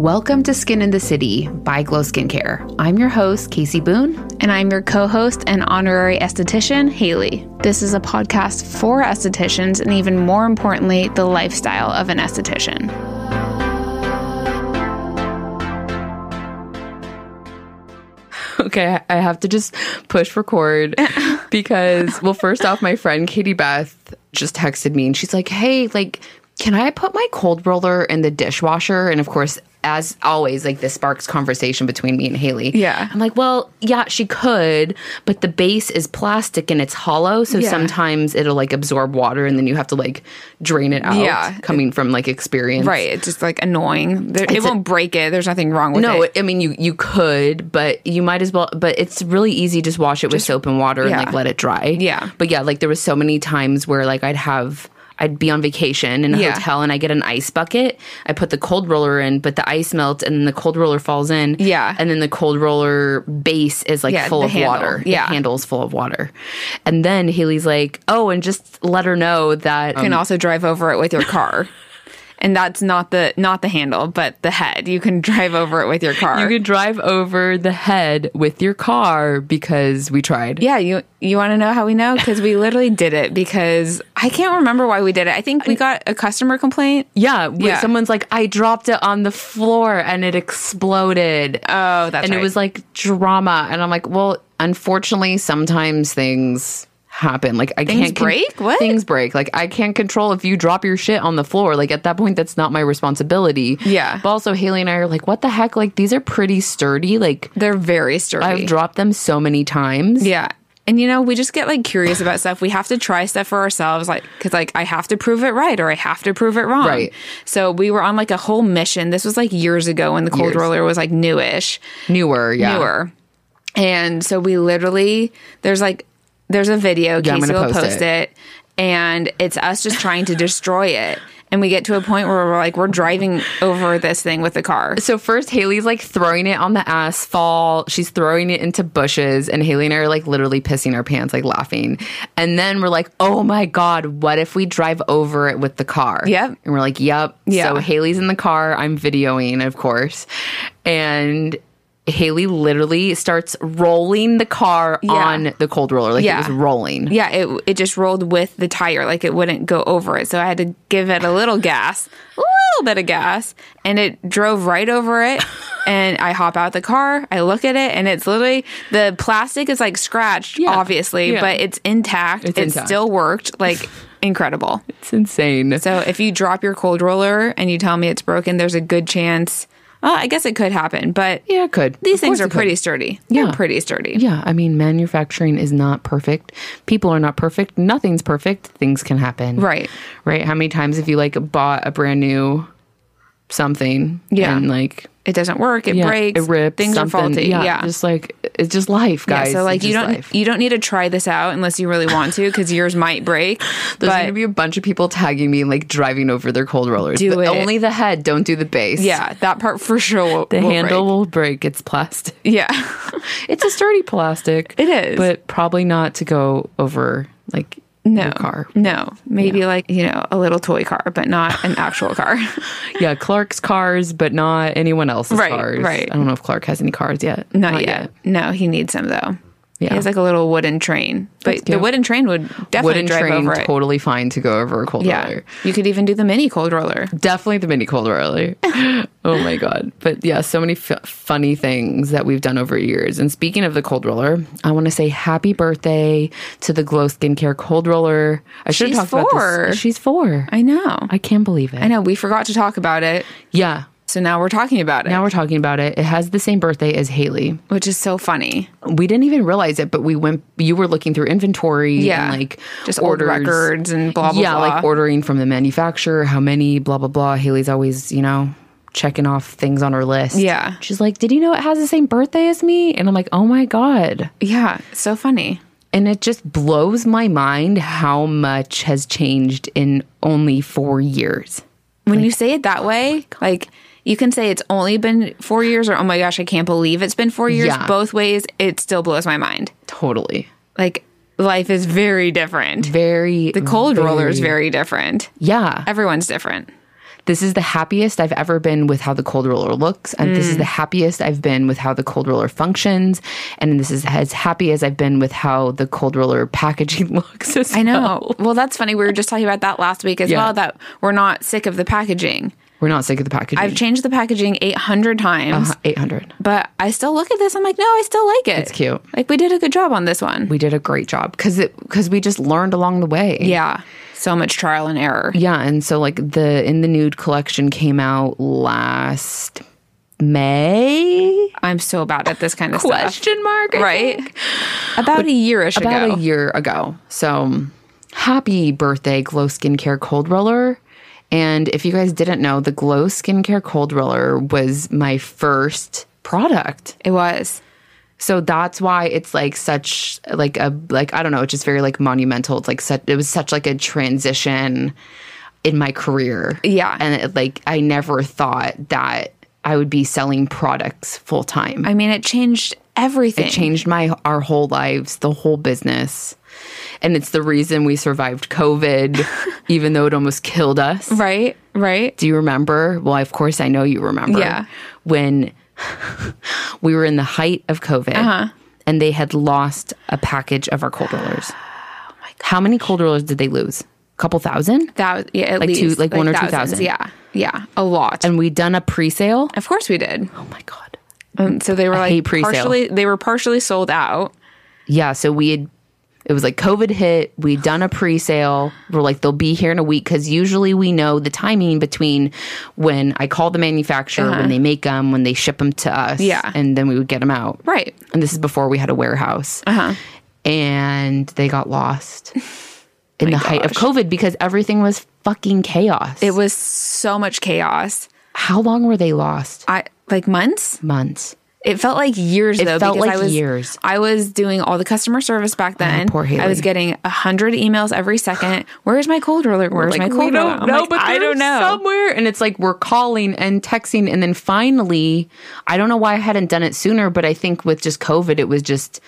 Welcome to Skin in the City by Glow Skincare. I'm your host, Casey Boone. And I'm your co host and honorary esthetician, Haley. This is a podcast for estheticians and, even more importantly, the lifestyle of an esthetician. Okay, I have to just push record because, well, first off, my friend Katie Beth just texted me and she's like, hey, like, can I put my cold roller in the dishwasher? And of course, as always, like this sparks conversation between me and Haley. Yeah. I'm like, well, yeah, she could, but the base is plastic and it's hollow. So Yeah. sometimes it'll like absorb water and then you have to like drain it out. Yeah. Coming from like experience. Right. It's just like annoying. There, it It's a- won't break it. There's nothing wrong with No, it. I mean you you could, but you might as well. But it's really easy. Just wash it with soap and water and yeah. like let it dry. Yeah. But yeah, like there was so many times where like I'd have. I'd be on vacation in a Yeah. hotel and I get an ice bucket. I put the cold roller in, but the ice melts and then the cold roller falls in. Yeah. And then the cold roller base is like Yeah, full the of handle. water. The Yeah. handle's full of water. And then Haley's like, oh, and just let her know that. You can also drive over it with your car. and that's not the not the handle, but the head. You can drive over it with your car. you can drive over the head with your car because we tried. Yeah, you you want to know how we know? Because we literally did it because I can't remember why we did it. I think we got a customer complaint. Yeah, where Yeah. someone's like, I dropped it on the floor and it exploded. Oh, that's and it was like drama. And I'm like, well, unfortunately, sometimes things happen. Like, I Things can't. con- break? What? Things break. Like, I can't control if you drop your shit on the floor. Like, at that point, that's not my responsibility. Yeah. But also, Haley and I are like, what the heck? Like, these are pretty sturdy. Like, they're very sturdy. I've dropped them so many times. yeah. And you know, we just get like curious about stuff. We have to try stuff for ourselves, like because like I have to prove it right or I have to prove it wrong. Right. So we were on like a whole mission. This was like years ago when the cold Years. roller was like newish. Newer. Yeah. newer. And so we literally there's like there's a video I'm Casey gonna will post post it. and it's us just trying to destroy it. And we get to a point where we're like we're driving over this thing with the car. So first Haley's like throwing it on the asphalt. She's throwing it into bushes and Haley and I are like literally pissing our pants, like laughing. And then we're like, oh my God, what if we drive over it with the car? Yep. And we're like, yep. Yeah. So Haley's in the car. I'm videoing, of course. And Haley literally starts rolling the car Yeah. on the cold roller. Like Yeah. it was rolling. Yeah, it it just rolled with the tire, like it wouldn't go over it. So I had to give it a little gas, a little bit of gas, and it drove right over it. And I hop out the car, I look at it, and it's literally the plastic is like scratched, Yeah. obviously, Yeah. but it's intact. It's it intact. still worked, like incredible. It's insane. So if you drop your cold roller and you tell me it's broken, there's a good chance. Well, I guess it could happen, but yeah, it could. these Of things course are it could. pretty sturdy. They're Yeah. pretty sturdy. Yeah, I mean, manufacturing is not perfect. People are not perfect. Nothing's perfect. Things can happen. Right. Right. How many times have you like bought a brand new something? Yeah. And like It doesn't work. It yeah, breaks. it rips. Things something. are faulty. Yeah, Yeah. Just like it's just life, Yeah, guys. so like It's you just don't life. you don't need to try this out unless you really want to because yours might break. There's but gonna be a bunch of people tagging me like driving over their cold rollers. Do The- it. Only the head. Don't do the base. yeah, that part for sure. Will, The will handle will break. It's plastic. break. Yeah, It's a sturdy plastic. It is. but probably not to go over like no your car. No, maybe like you know a little toy car, but not an actual car. yeah, Clark's cars, but not anyone else's Right, cars. right. I don't know if Clark has any cars yet. not, yet. No, he needs them though. Yeah. He has like a little wooden train, That's but the cute. wooden train would definitely Wooden drive train, over it. totally fine to go over a cold yeah, roller. you could even do the mini cold roller. Definitely the mini cold roller. oh my god! But yeah, so many f- funny things that we've done over years. And speaking of the cold roller, I want to say happy birthday to the Glow Skincare cold roller. I should She's have talked about four. this. She's four. I know. I can't believe it. I know. We forgot to talk about it, Yeah. so now we're talking about it, Now we're talking about it. It has the same birthday as Haley. which is so funny. we didn't even realize it, but we went. You were looking through inventory, Yeah. and like Just old records and blah, blah, yeah, blah. like ordering from the manufacturer, how many, blah blah blah. Haley's always, you know, checking off things on her list. Yeah. she's like, "Did you know it has the same birthday as me?" And I'm like, "Oh my god!" Yeah, so funny. And it just blows my mind how much has changed in only four years. when you say it oh that way, like you can say it's only been four years or oh my gosh, I can't believe it's been four years. Yeah. Both ways, it still blows my mind. Totally, Like life is very different. very The cold roller is very different. yeah. Everyone's different. This is the happiest I've ever been with how the cold roller looks. And this is Mm. the happiest I've been with how the cold roller functions. And this is as happy as I've been with how the cold roller packaging looks. As I well. know. Well, that's funny. We were just talking about that last week as Yeah. well. That we're not sick of the packaging. We're not sick of the packaging. I've changed the packaging 800 times, 800. but I still look at this. I'm like, no, I still like it. Uh-huh. It's cute. Like, we did a good job on this one. We did a great job because it because we just learned along the way. yeah. So much trial and error. Yeah, and so like the in the nude collection came out last May I'm so bad at this kind of stuff. question mark I Right? think. About a yearish about ago. a year ago. So happy birthday, Glow Skincare Cold Roller. And if you guys didn't know, the Glow Skincare Cold Roller was my first product. it was. So that's why it's like such like a like I don't know, it's just very like monumental. It's like such it was such like a transition in my career. Yeah. And it, like I never thought that I would be selling products full time. I mean, it changed everything. It changed my our whole lives, the whole business. And it's the reason we survived COVID, even though it almost killed us. Right? Right? Do you remember? Well, of course I know you remember. Yeah. When we were in the height of COVID and they had lost a package of our cold rollers. Oh How many cold rollers did they lose? A couple thousand? That, yeah, at like two- least. like one or two thousands. thousand. Yeah. Yeah. A lot. And we'd done a pre sale. of course we did. Oh my God. And so they were like hate pre-sale. partially they were partially sold out. Yeah. So we had, it was like COVID hit. We'd done a pre sale. We're like, they'll be here in a week. Cause usually we know the timing between when I call the manufacturer, when they make them, when they ship them to us. Uh-huh. Yeah. And then we would get them out. Right. Uh-huh. And this is before we had a warehouse. And they got lost in the height of COVID because everything was fucking chaos. It was so much chaos. How long were they lost? I like months. Months. It felt like years though felt like I was years. Oh, I was doing all the customer service back then. poor Haley. I was getting a hundred emails every second. Where's my cold roller? Where's my cold roller? I'm like, I don't know. somewhere. And it's like we're calling and texting, and then finally, I don't know why I hadn't done it sooner, but I think with just COVID, it was just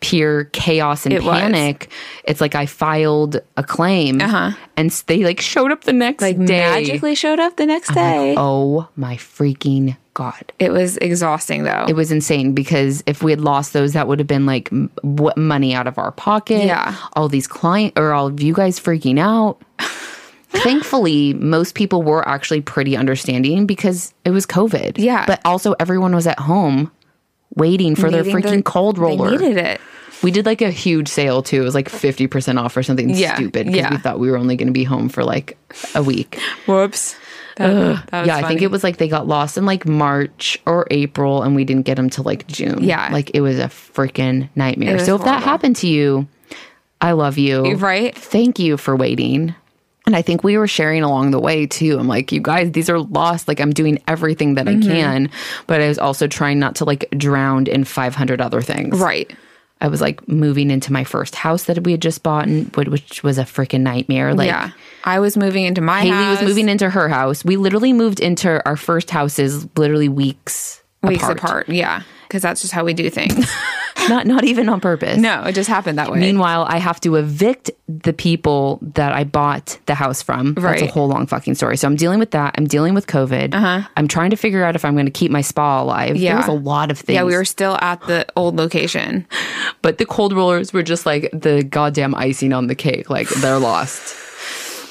pure chaos and It was. panic. It's like I filed a claim, and s- they like showed up the next Uh-huh. like day. magically showed up the next day. Oh my freaking god! It was exhausting though. It was insane because if we had lost those, that would have been like m- what money out of our pocket. Yeah. all these client or all of you guys freaking out. Thankfully, most people were actually pretty understanding because it was COVID. Yeah. but also everyone was at home waiting for their Needing freaking their- cold roller. They needed it. We did like a huge sale too. It was like fifty percent off or something Yeah, stupid because yeah. we thought we were only going to be home for like a week Whoops. That, that was yeah, I think funny. it was like they got lost in like March or April, and we didn't get them till like June. Yeah. like it was a freaking nightmare. was So if that horrible. happened to you, I love you. Right? Thank you for waiting. And I think we were sharing along the way too. I'm like, you guys, these are lost. Like I'm doing everything that Mm-hmm. I can, but I was also trying not to like drown in 500 other things. right. I was like moving into my first house that we had just bought, and wh- which was a freaking nightmare. Like. yeah. I was moving into my Haley house. was moving into her house. We literally moved into our first houses literally weeks weeks apart. apart. Yeah, because that's just how we do things. Not not even on purpose. no, it just happened that way. Meanwhile, I have to evict the people that I bought the house from. That's a Right. whole long fucking story. So I'm dealing with that. I'm dealing with COVID. Uh-huh. I'm trying to figure out if I'm going to keep my spa alive. Yeah. There was a lot of things. yeah, we were still at the old location. but the cold rollers were just like the goddamn icing on the cake. Like they're lost.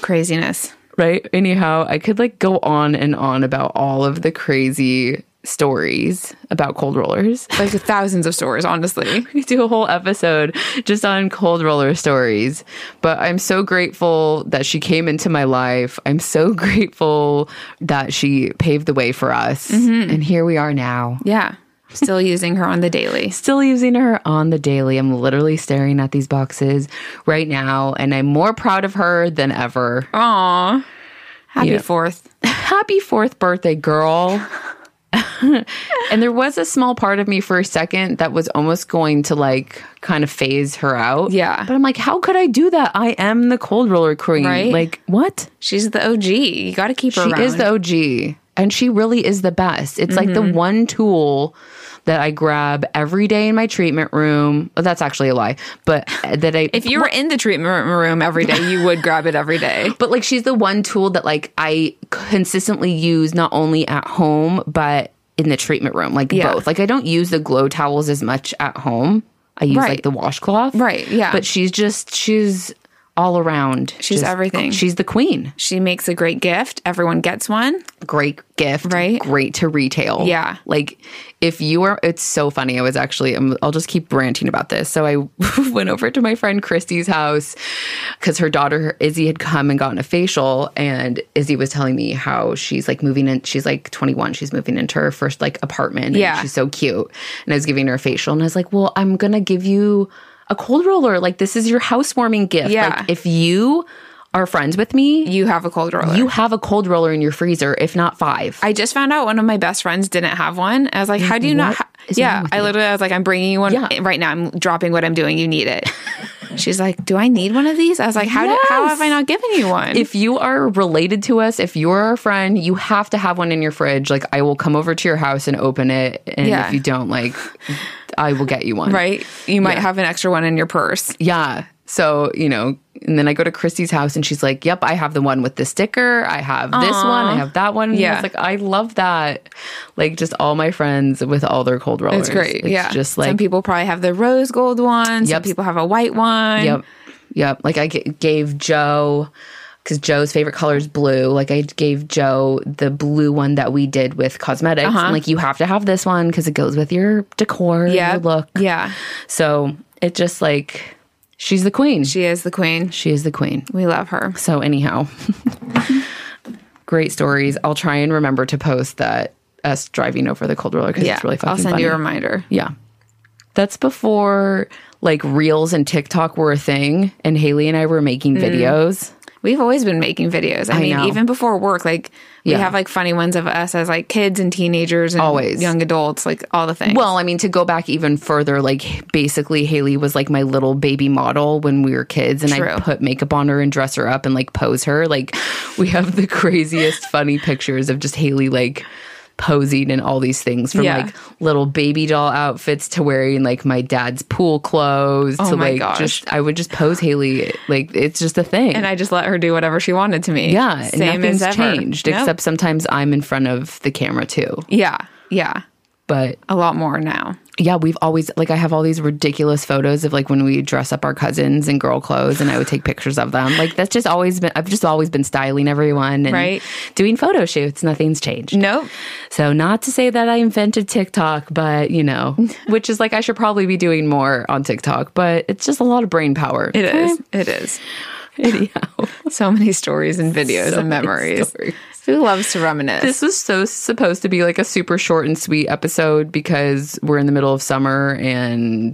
Craziness. Right? Anyhow, I could like go on and on about all of the crazy stories about cold rollers. Like thousands of stores, honestly. We do a whole episode just on cold roller stories. But I'm so grateful that she came into my life. I'm so grateful that she paved the way for us. And here we are now. Yeah. Still using her on the daily. Still using her on the daily. I'm literally staring at these boxes right now, and I'm more proud of her than ever. Aw. Happy Yeah. fourth. Happy fourth birthday, girl. and there was a small part of me for a second that was almost going to like kind of phase her out. Yeah. But I'm like, how could I do that? I am the cold roller queen. Right? Like, what? She's the OG. You got to keep her She around. Mm-hmm. is the OG. And she really is the best. It's like the one tool that I grab every day in my treatment room. Well, that's actually a lie, but uh, that I If you were in the treatment room every day, you would grab it every day. but like she's the one tool that like I consistently use not only at home but in the treatment room, like Yeah. both. Like I don't use the glow towels as much at home. I use Right. like the washcloth. Right, yeah. But she's just she's all around. She's Just- everything. She's the queen. She makes a great gift. Everyone gets one. great gift, Right? Great to retail. Yeah. Like if you are, it's so funny. I was actually, i I'll just keep ranting about this. So I went over to my friend Christy's house because her daughter Izzy had come and gotten a facial, and Izzy was telling me how she's like moving in. She's like 21. She's moving into her first like apartment. and Yeah. she's so cute. And I was giving her a facial, and I was like, well, I'm gonna give you. A cold roller, like this is your housewarming gift. Yeah. Like if you are friends with me, You have a cold roller. you have a cold roller in your freezer, if not five. I just found out one of my best friends didn't have one. I was like, how do you not? What Ha-? is wrong Yeah, with I literally I was like, I'm bringing you one Yeah. right now. I'm dropping what I'm doing. You need it. She's like, do I need one of these? I was like, how do, how have I not given you one? if you are related to us, if you're our friend, you have to have one in your fridge. Like I will come over to your house and open it, and Yeah. if you don't, like I will get you one. right, you might have an extra one in your purse. Yeah. So you know, and then I go to Christy's house, and she's like, "Yep, I have the one with the sticker. I have this one. I have that one." And I Yeah. was like I love that. Like just all my friends with all their cold rollers. It's great. yeah, Just some like people probably have the rose gold one. Some Yep. people have a white one. Yep. Yep. Like I g- gave Joe, because Joe's favorite color is blue. Like I gave Joe the blue one that we did with cosmetics. Uh-huh. And like you have to have this one because it goes with your decor, Yeah. your look. Yeah. So it just like, she's the queen. She, She is the queen. is the queen. We love her. So, anyhow, great stories. I'll try and remember to post that us driving over the cold roller because Yeah. it's really fucking I'll send funny. you a reminder. Yeah. That's before like reels and TikTok were a thing and Haley and I were Mm. making videos. We've always been making videos. I, mean, know. even before work, like Yeah. we have like funny ones of us as like kids and teenagers and Always. young adults, like all the things. Well, I mean to go back even further, like basically Haley was like my little baby model when we were kids and I True. put makeup on her and dress her up and like pose her. Like we have the craziest funny pictures of just Haley like posing and all these things from Yeah. like little baby doll outfits to wearing like my dad's pool clothes to Oh my like gosh. just I would just pose Haley like it's just a thing. and I just let her do whatever she wanted to me. Yeah, and same nothing's as ever. changed Nope. except sometimes I'm in front of the camera too. yeah, yeah, But a lot more now. yeah, we've always like I have all these ridiculous photos of like when we dress up our cousins in girl clothes and I would take pictures of them. Like that's just always been I've just always been styling everyone and Right. doing photo shoots. Nothing's changed. Nope. So not to say that I invented TikTok, but you know, which is like I should probably be doing more on TikTok, but it's just a lot of brain power. It is. It is. Anyhow. So many stories and videos and memories. stories. Who loves to reminisce? This was so supposed to be like a super short and sweet episode because we're in the middle of summer and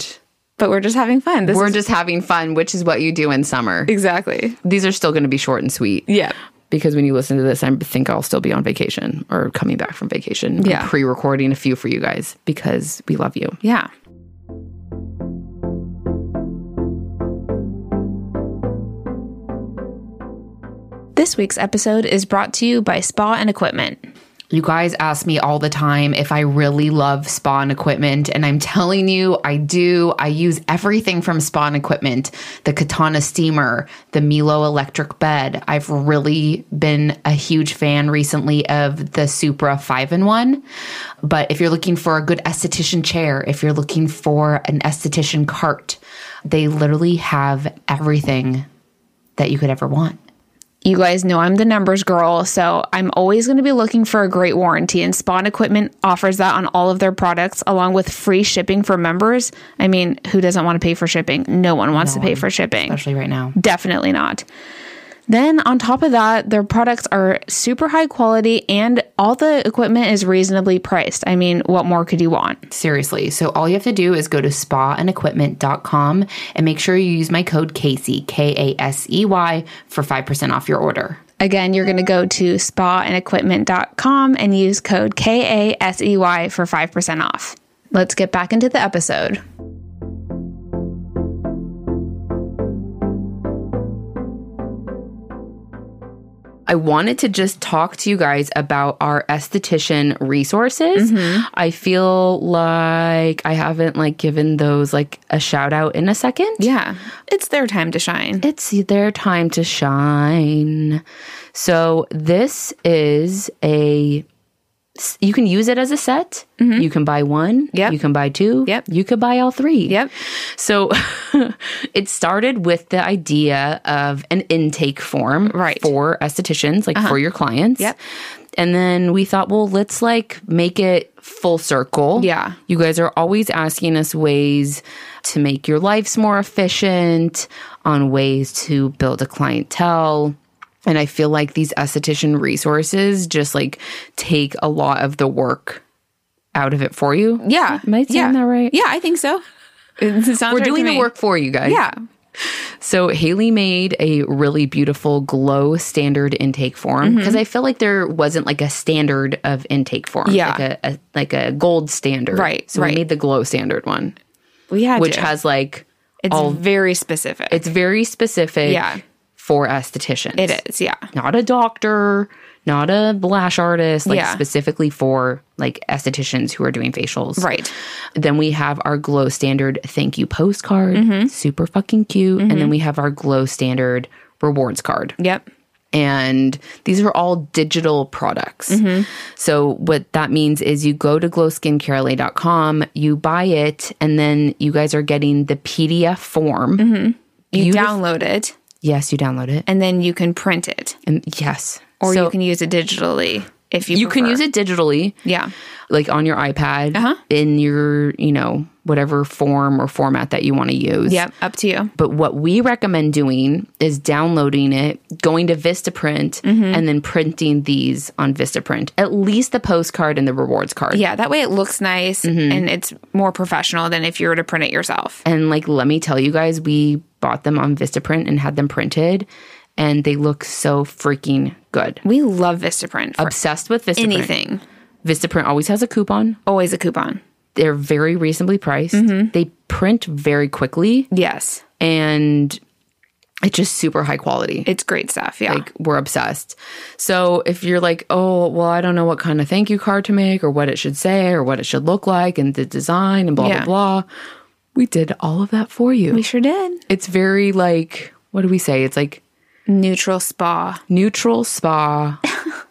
but we're just having fun. This we're is just having fun, which is what you do in summer. exactly. These are still going to be short and sweet. Yeah. Because when you listen to this, I think I'll still be on vacation or coming back from vacation. I'm Yeah. pre-recording a few for you guys because we love you. Yeah. This week's episode is brought to you by Spa and Equipment. You guys ask me all the time if I really love spawn equipment, and I'm telling you, I do. I use everything from spawn equipment the Katana steamer, the Milo electric bed. I've really been a huge fan recently of the Supra 5 in 1. But if you're looking for a good esthetician chair, if you're looking for an esthetician cart, they literally have everything that you could ever want. You guys know I'm the numbers girl, so I'm always going to be looking for a great warranty, and Spawn Equipment offers that on all of their products, along with free shipping for members. I mean, who doesn't want to pay for shipping? No one wants to pay for shipping. Especially right now. Definitely not. Then, on top of that, their products are super high quality and all the equipment is reasonably priced. I mean, what more could you want? Seriously. So all you have to do is go to spaanequipment.com and make sure you use my code Casey, K A S E Y, for 5% off your order. Again, you're going to go to spaanequipment.com and use code KASEY E for 5% off. Let's get back into the episode. I wanted to just talk to you guys about our esthetician resources. I feel like I haven't like given those like a shout out in a second. Yeah. It's their time to shine. It's their time to shine. So this is a you can use it as a set. You can buy one. Mm-hmm. Yep. You can buy two. Yep. You could buy all three. Yep. So it started with the idea of an intake form Right. Uh-huh. for estheticians, like for your clients. Yep. And then we thought, well, let's like make it full circle. Yeah. You guys are always asking us ways to make your lives more efficient, on ways to build a clientele. And I feel like these esthetician resources just like take a lot of the work out of it for you. Yeah. Am I saying yeah. that right? Yeah, I think so. It sounds We're right to doing the me. work for you guys. Yeah. So Haley made a really beautiful glow standard intake form Mm-hmm. because I feel like there wasn't like a standard of intake form, Yeah. like a, a like a gold standard, Right, So right. we made the glow standard one, We had which to. has like it's all- very specific. it's very specific, Yeah. for estheticians. it is, yeah. not a doctor, not a lash artist, like Yeah. specifically for like estheticians who are doing facials, Right. Then we have our glow standard thank you postcard, Mm-hmm. super fucking cute, and then we have our glow standard rewards card. Yep. And these are all digital products. Mm-hmm. So, what that means is you go to glowskincarelay.com, you buy it, and then you guys are getting the PDF form. Mm-hmm. You Beautif- download it Yes, you download it. and then you can print it And yes. or So you can use it digitally if you you can use it digitally. Yeah. like on your iPad Uh-huh. in your, you know, whatever form or format that you want to use. Yep. Up to you. But what we recommend doing is downloading it, going to Vistaprint, Mm-hmm. and then printing these on Vistaprint. At least the postcard and the rewards card. Yeah, that way it looks nice Mm-hmm. and it's more professional than if you were to print it yourself. And like, let me tell you guys, we bought them on Vistaprint and had them printed, and they look so freaking good. We love Vistaprint for Obsessed with Vistaprint. anything. Vistaprint always has a coupon. Always a coupon. They're very reasonably priced. Mm-hmm. They print very quickly. Yes. and it's just super high quality. It's great stuff. Yeah. Like we're obsessed. So if you're like, oh, well, I don't know what kind of thank you card to make or what it should say or what it should look like and the design and blah Yeah. blah blah, we did all of that for we you. sure did. It's very like what do we say? It's like Neutral spa. neutral spa,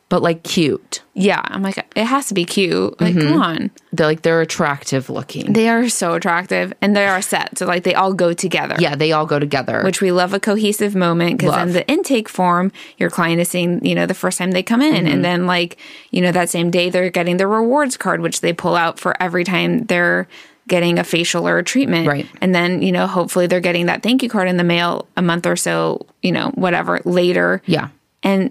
but like cute. Yeah. I'm like, it has to be cute. Mm-hmm. Like, come on. They're like they're attractive looking. They are so attractive and they are set. So, like, they all go together. yeah, they all go together. Which we love a cohesive moment because then Love. the intake form, your client is seeing, you know, the first time they come in. Mm-hmm. And then, like, you know, that same day they're getting the rewards card, which they pull out for every time they're getting a facial or a treatment. Right. And then, you know, hopefully they're getting that thank you card in the mail a month or so, you know, whatever later. yeah. and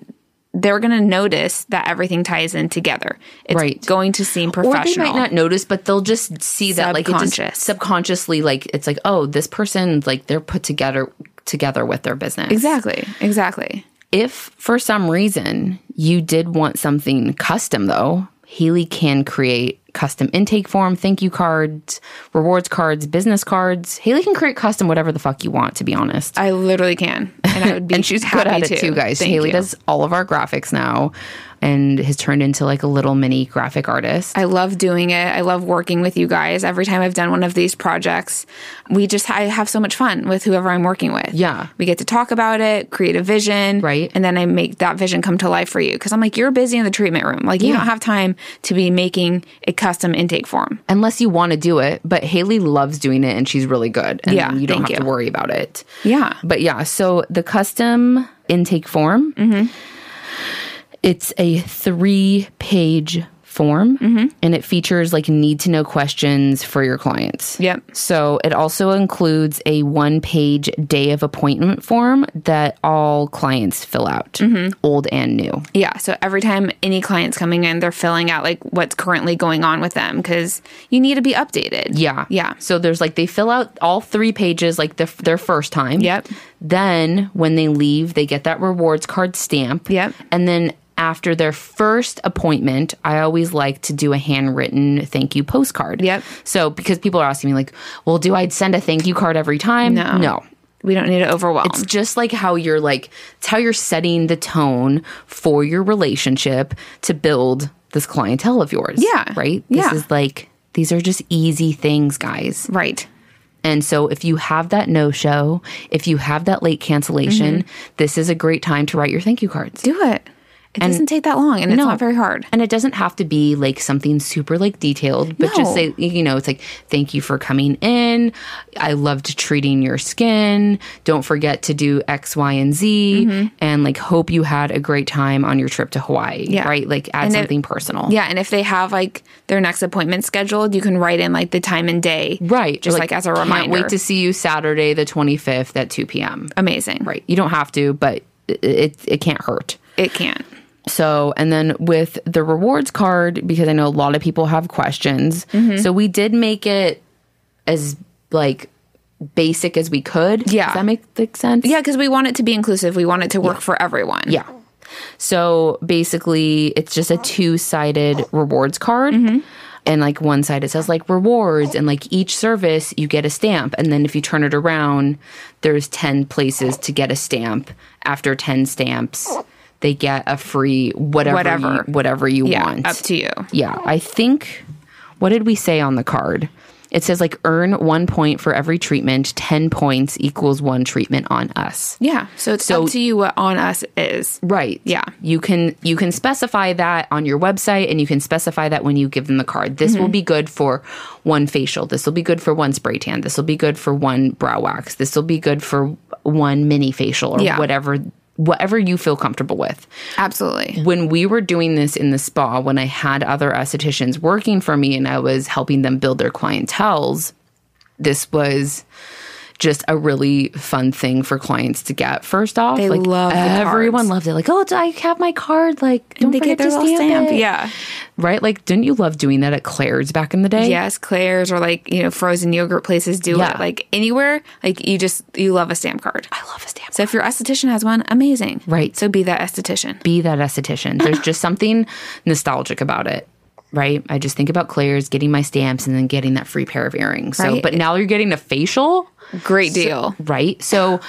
they're going to notice that everything ties in together. It's Right. going to seem Or they professional. might not notice, but they'll just see that like it just Subconscious. subconsciously like it's like, oh, this person like they're put together together with their business. exactly. Exactly. If for some reason you did want something custom though, Haley can create custom intake form, thank you cards, rewards cards, business cards. Haley can create custom whatever the fuck you want, to be honest. I literally can, and I would be. and she's good happy at it to. too, guys. Thank Haley you. does all of our graphics now and has turned into like a little mini graphic artist. I love doing it. I love working with you guys. Every time I've done one of these projects, we just I have so much fun with whoever I'm working with. Yeah. we get to talk about it, create a vision, Right. and then I make that vision come to life for you because I'm like you're busy in the treatment room, like you don't have time to be making a custom intake form. unless you want to do it. But Haley loves doing it and she's really good. And Yeah, you don't thank have to you. worry about it. Yeah, But yeah, so the custom intake form, Mm-hmm. it's a three page form Mm-hmm. and it features like need to know questions for your clients. Yep. So it also includes a one page day of appointment form that all clients fill out, Mm-hmm. old and new. Yeah. So every time any client's coming in, they're filling out like what's currently going on with them because you need to be updated. Yeah. Yeah. So there's like they fill out all three pages like the, their first time. Yep. Then when they leave, they get that rewards card stamp. Yep. And then after their first appointment, I always like to do a handwritten thank you postcard. Yep. So because people are asking me like, "Well, do I send a thank you card every time?" No. No. we don't need to overwhelm. It's just like how you're like it's how you're setting the tone for your relationship to build this clientele of yours. Yeah. Right? This Yeah. is like these are just easy things, guys. right. And so if you have that no show, if you have that late cancellation, Mm-hmm. this is a great time to write your thank you cards. Do it. It doesn't take that long and it's not very hard. And it doesn't have to be like something super like detailed, but just No. say, you know, it's like, thank you for coming in. I loved treating your skin. Don't forget to do X, Y, and Z. Mm-hmm. And like, hope you had a great time on your trip to Hawaii. Yeah. Right. Like, add And it- something personal. Yeah, and if they have like their next appointment scheduled, you can write in like the time and day. Right. Just like, as a reminder. Can't wait to see you Saturday, the 25th at 2 p.m. Amazing. Right. You don't have to, but it, it, it can't hurt. It can. So, and then with the rewards card, because I know a lot of people have questions. So we did make it as like basic as we could. Yeah. Does that make like, sense? Yeah, because we want it to be inclusive. We want it to work for everyone. Yeah. So basically, it's just a two sided rewards card. Mm-hmm. And like one side, it says like rewards, and like each service, you get a stamp. And then if you turn it around, there's 10 places to get a stamp. After 10 stamps, they get a free whatever Whatever. whatever you, whatever you Yeah. want. Up to you. Yeah, I think. What did we say on the card? It says like earn one point for every treatment. Ten points equals one treatment on us. Yeah. So it's So- up to you what on us is. Right. Yeah. You can you can specify that on your website, and you can specify that when you give them the card. This Mm-hmm. will be good for one facial. This will be good for one spray tan. This will be good for one brow wax. This will be good for one mini facial or Yeah. whatever whatever you feel comfortable with Absolutely. when we were doing this in the spa, when I had other estheticians working for me and I was helping them build their clientels, this was just a really fun thing for clients to get. First off, They like love the everyone cards. loved it. Like, oh, I have my card. Like, don't They forget get their to little stamp, stamp. it. Yeah. right. Like, didn't you love doing that at Claire's back in the day? Yes, Claire's or like, you know, frozen yogurt places do Yeah. it. Like anywhere, like you just, you love a stamp card. I love a stamp. So if your esthetician has one, amazing. Right. So be that esthetician. be that esthetician. There's just something nostalgic about it, right? I just think about Claire's, getting my stamps, and then getting that free pair of earrings. So, Right. but now you're getting a facial, Great deal. right? So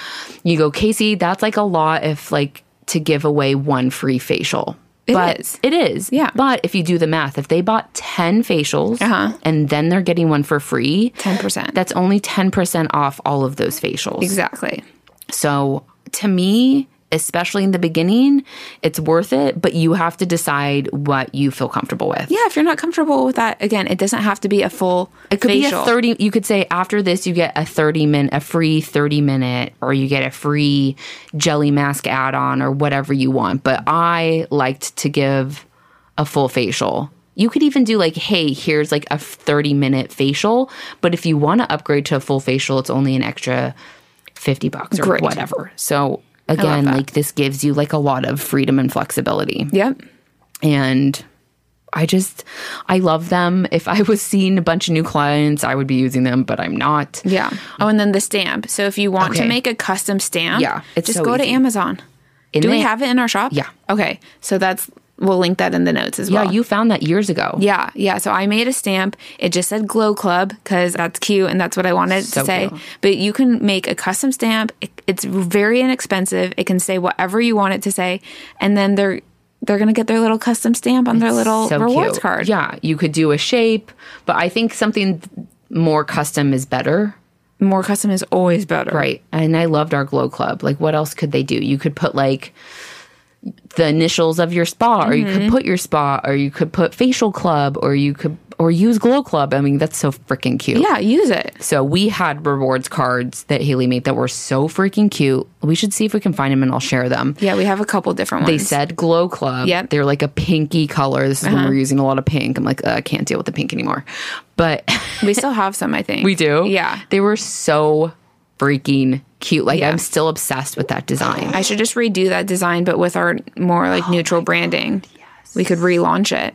you go, Casey, that's like a lot if like to give away one free facial. It but is. It is. Yeah. But if you do the math, if they bought 10 facials Uh-huh. and then they're getting one for free, 10%. that's only 10% off all of those facials. exactly. So to me, especially in the beginning, it's worth it, but you have to decide what you feel comfortable with. Yeah, if you're not comfortable with that, again, it doesn't have to be a full It could facial. be a 30 you could say after this you get a 30 minute a free 30 minute or you get a free jelly mask add-on or whatever you want. But I liked to give a full facial. You could even do like, hey, here's like a 30 minute facial, but if you want to upgrade to a full facial, it's only an extra 50 bucks or Great. whatever. So again, that. like this gives you like a lot of freedom and flexibility Yep. and I just I love them. If I was seeing a bunch of new clients, I would be using them, but I'm not. Yeah. Oh, and then the stamp. So if you want Okay. to make a custom stamp, Yeah, it's just so go to easy. Amazon. Do we the- have it in our shop? Yeah. Okay. So that's we'll link that in the notes as well. Yeah, you found that years ago. Yeah, yeah. So I made a stamp. It just said Glow Club because that's cute and that's what I wanted So to say. cute. But you can make a custom stamp. It, it's very inexpensive. It can say whatever you want it to say, and then they're they're gonna get their little custom stamp on their little so rewards cute. card. Yeah, you could do a shape, but I think something more custom is better. more custom is always better. Right. And I loved our glow club. Like what else could they do? You could put like the initials of your spa or you could Mm-hmm. put your spa or you could put facial club or you could or use glow club. I mean, that's so freaking cute. Yeah, use it. So we had rewards cards that Haley made that were so freaking cute. We should see if we can find them and I'll share them. Yeah, we have a couple different They ones. said Glow Club. Yep. Uh-huh. They're like a pinky color. This is when we we're using a lot of pink. I'm like, uh, I can't deal with the pink anymore. But we still have some, I think. we do. Yeah. They were so freaking cute. Like I'm still obsessed with that design. I should just redo that design, but with our more like neutral branding. yes. We could relaunch it.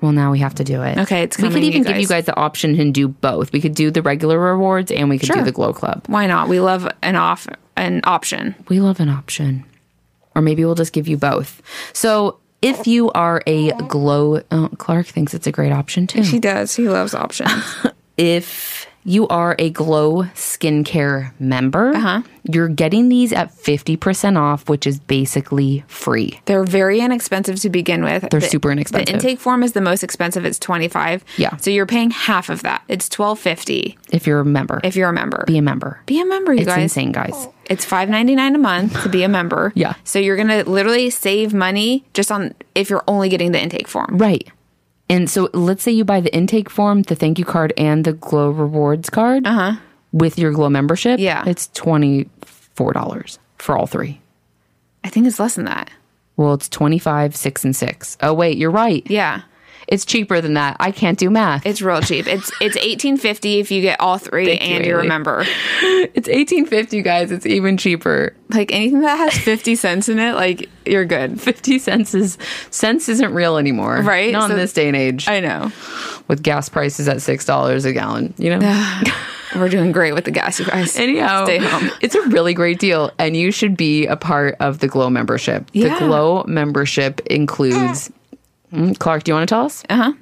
Well, now we have to do it. Okay, it's We coming, could you even give you guys the option and do both. We could do the regular rewards and we could do Sure. the Glow Club. Why not? We love an off an option. We love an option. Or maybe we'll just give you both. So if you are a glow, oh, Clark thinks it's a great option too. She does. She loves options. If you are a Glow Skincare member, Uh-huh. you're getting these at 50% off, which is basically free. They're very inexpensive to begin with. They're super inexpensive. The intake form is the most expensive. It's twenty five. Yeah. So you're paying half of that. It's twelve fifty If you're a member, if you're a member. be a member. Be a member, you it's guys. insane, guys. It's five ninety nine a month to be a member. Yeah. So you're gonna literally save money just on if you're only getting the intake form. Right. And so let's say you buy the intake form, the thank you card, and the Glow Rewards card with your Glow membership. Uh-huh. Yeah. It's $24 for all three. I think it's less than that. Well, it's 25 6 and 6. Oh, wait, you're right. Yeah. It's cheaper than that. I can't do math. It's real cheap. It's it's eighteen fifty if you get all three you, and you, Haley. remember. It's 1850, guys. It's even cheaper. Like anything that has fifty cents in it, like you're good. 50 cents is cents isn't real anymore. Right, Not so- in this day and age I know. with gas prices at $6 a gallon, you know. We're doing great with the gas, you guys. Anyhow, Stay home. it's a really great deal, and you should be a part of the Glow membership. Yeah. The Glow membership includes Mm, Clark. Do you want to tell us? Uh-huh.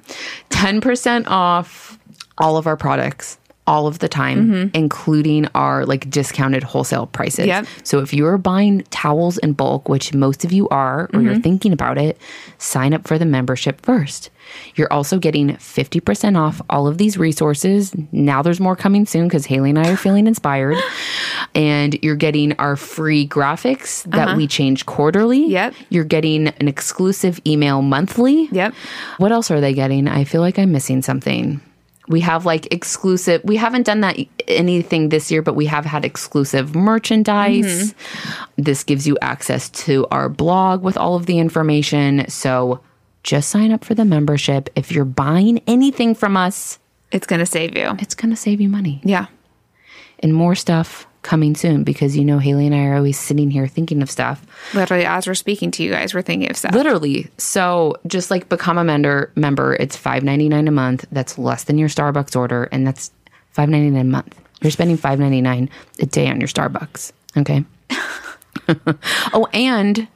Ten percent off all of our products all of the time, including our like discounted wholesale prices. Mm-hmm. Yep. So if you're buying towels in bulk, which most of you are, or Mm-hmm. you're thinking about it, sign up for the membership first. You're also getting 50% off all of these resources. Now there's more coming soon because Haley and I are feeling inspired. And you're getting our free graphics that Uh-huh. we change quarterly. Yep. You're getting an exclusive email monthly. Yep. What else are they getting? I feel like I'm missing something. We have like exclusive. We haven't done that anything this year, but we have had exclusive merchandise. Mm-hmm. This gives you access to our blog with all of the information. So just sign up for the membership. If you're buying anything from us, It's gonna save you. it's going to save you money Yeah. and more stuff coming soon because you know Haley and I are always sitting here thinking of stuff. Literally as we're speaking to you guys, we're thinking of stuff. Literally. So just like become a member member, it's five ninety nine a month. That's less than your Starbucks order, and that's five ninety nine a month. You're spending five ninety nine a day on your Starbucks. Okay. oh, and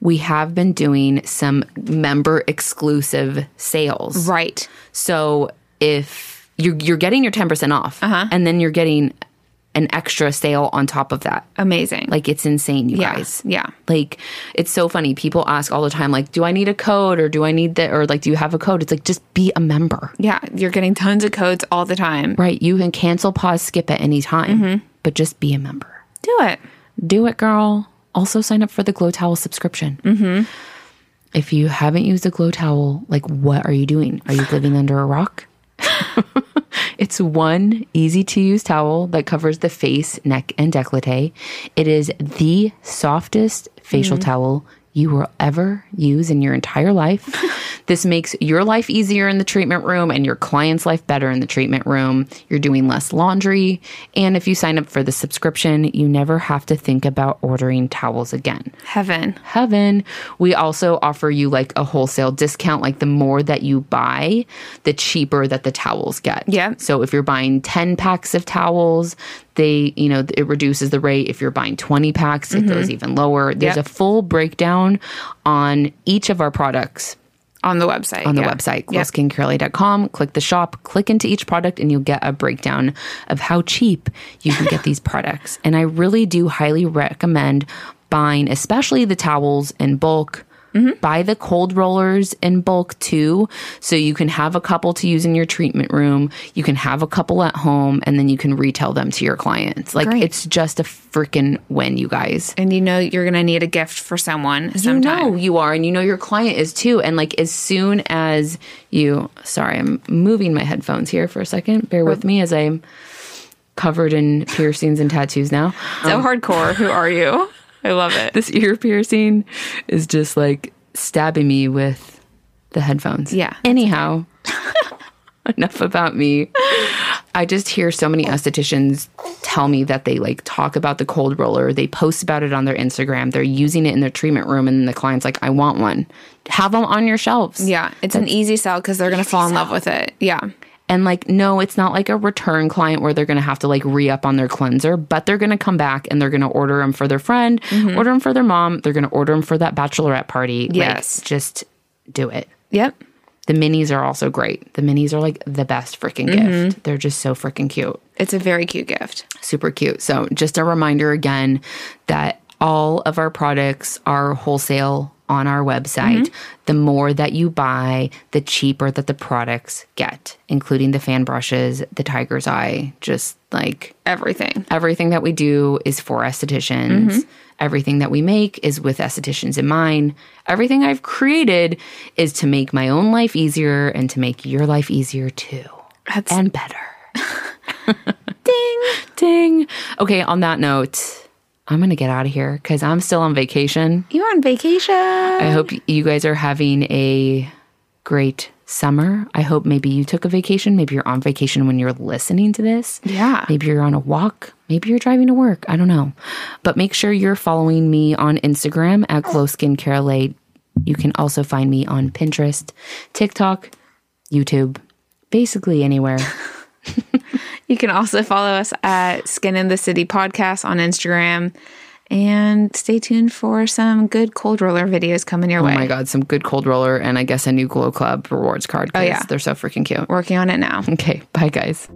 we have been doing some member exclusive sales. Right. So if you're you're getting your ten percent off, and then you're getting an extra sale on top of that. Amazing. Like it's insane, you yeah. guys. Yeah. Like it's so funny. People ask all the time, like, do I need a code or do I need that or like do you have a code? It's like just be a member. Yeah. You're getting tons of codes all the time. Right. You can cancel, pause, skip at any time. Mm-hmm. But just be a member. Do it. Do it, girl. Also sign up for the Glow Towel subscription. Mm-hmm. If you haven't used a Glow Towel, like what are you doing? Are you living under a rock? It's one easy to use towel that covers the face, neck, and decollete. It is the softest facial towel you will ever use in your entire life. this makes your life easier in the treatment room and your client's life better in the treatment room. You're doing less laundry. And if you sign up for the subscription, you never have to think about ordering towels again Heaven. heaven. We also offer you like a wholesale discount. Like the more that you buy, the cheaper that the towels get. Yeah. So if you're buying 10 packs of towels, they, you know, it reduces the rate. If you're buying 20 packs, it goes even lower. There's Yep. a full breakdown on each of our products On the website. on the website, Yeah. glowskincurely.com. Click the shop, click into each product, and you'll get a breakdown of how cheap you can get these products. And I really do highly recommend buying, especially the towels in bulk. Mm-hmm. Buy the cold rollers in bulk too. So you can have a couple to use in your treatment room. You can have a couple at home and then you can retail them to your clients. Like Great. it's just a freaking win, you guys. And you know you're gonna need a gift for someone You sometime. know you are, and you know your client is too. And like as soon as you, sorry, I'm moving my headphones here for a second. Bear with me as I'm covered in piercings and tattoos now. So hardcore. Who are you? I love it. This ear piercing is just like stabbing me with the headphones. Yeah, that's Anyhow, enough about me. I just hear so many estheticians tell me that they like talk about the cold roller. They post about it on their Instagram. They're using it in their treatment room, and then the client's like, "I want one." Have them on your shelves. Yeah, it's an easy sell because they're gonna fall in love with it. Yeah, And like, no, it's not like a return client where they're going to have to like re up on their cleanser, but they're going to come back and they're going to order them for their friend, order them for their mom. They're going to order them for that bachelorette party. Yes. Like, just do it. yep. The minis are also great. The minis are like the best freaking gift. They're just so freaking cute. It's a very cute gift. Super cute. So, just a reminder again that all of our products are wholesale on our website. The more that you buy, the cheaper that the products get, including the fan brushes, the tiger's eye, just like Everything. everything that we do is for estheticians. Everything that we make is with estheticians in mind. Everything I've created is to make my own life easier and to make your life easier too. That's- and better. Ding. Ding. Okay, on that note, I'm going to get out of here because I'm still on vacation. You're on vacation. I hope you guys are having a great summer. I hope maybe you took a vacation. Maybe you're on vacation when you're listening to this. Yeah. Maybe you're on a walk. Maybe you're driving to work. I don't know. But make sure you're following me on Instagram at Glow Skin Carolade. You can also find me on Pinterest, TikTok, YouTube, basically anywhere. Oh You can also follow us at Skin in the City Podcast on Instagram. And stay tuned for some good cold roller videos coming your way. Oh my God, some good cold roller and I guess a new Glow Club rewards card because Oh, yeah. they're so freaking cute. Working on it now. Okay, bye guys.